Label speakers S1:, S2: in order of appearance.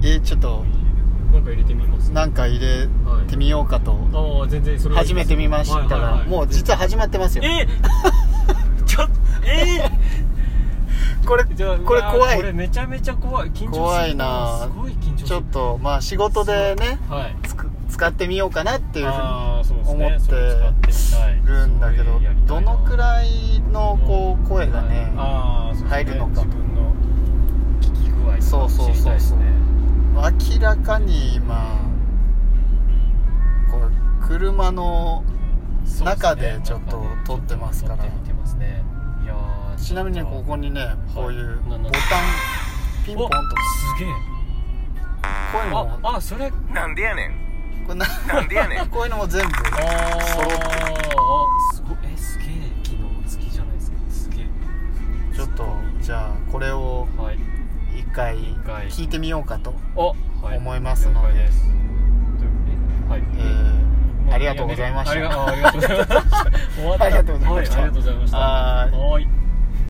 S1: でちょっと
S2: なんか入れてみます
S1: なんか入れてみようかと、
S2: ああ全然それはいい
S1: 初
S2: で
S1: め
S2: す
S1: て見ましたら、
S2: はいはいはい
S1: もう実は始まってますよ
S2: え ちょっえ
S1: これ
S2: ー、じゃあ
S1: これ
S2: うわー
S1: 怖
S2: これ
S1: い
S2: めちゃめちゃ怖い緊張する
S1: 怖いな
S2: すごい緊張する
S1: ちょっとまあ仕事でね
S2: はい
S1: つく使ってみようかなっていうふう
S2: あーそうですね
S1: 思って
S2: それ使っ
S1: に
S2: てみたい
S1: るんだけど
S2: それやりたいな
S1: どのくらいのこう声がね
S2: あーそうですね
S1: 入るのか
S2: 自分の聞き具合と
S1: そう
S2: か
S1: そうそうそう
S2: 知りたいですね
S1: 明らかに今こう車の
S2: そうですね
S1: 中でちょっと撮ってますから
S2: 撮ってみてますねいやー
S1: ちなみにここにねこういうボタ
S2: な
S1: ン
S2: な
S1: ピンポンと
S2: おすげえ
S1: こういうの
S2: あ
S1: も
S2: あそれ
S3: なんでやねん
S1: これな
S3: なんでやねん
S1: こういうのも全部
S2: あー
S1: 揃って
S2: あすごいえすげえ機能付きじゃないですかすげえ
S1: ちょっとじゃあこれを
S2: はい
S1: 一回
S2: 回
S1: 聞いてみようかと、
S2: あ、はい、
S1: 思いますので
S2: 了解すというえはい
S1: え
S2: ま
S1: ー、ありがとうございまし
S2: あり
S1: た
S2: があありがとうございました終わった
S1: ありがとうございました
S2: はいありがとうございました
S1: はーい
S2: はーい